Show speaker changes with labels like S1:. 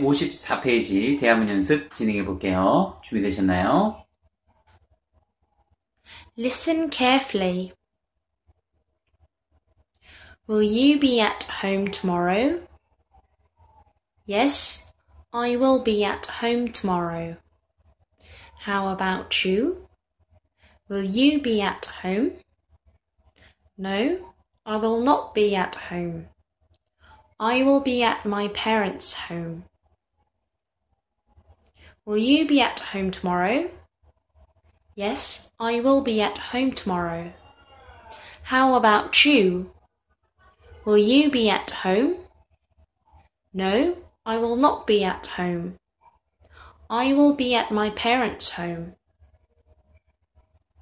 S1: 454페이지 대화문 연습 진행해 볼게요. 준비되셨나요?
S2: Listen carefully. Will you be at home tomorrow? Yes, I will be at home tomorrow. How about you? Will you be at home? No, I will not be at home. I will be at my parents' home. Will you be at home tomorrow? Yes, I will be at home tomorrow. How about you? Will you be at home? No, I will not be at home. I will be at my parents' home.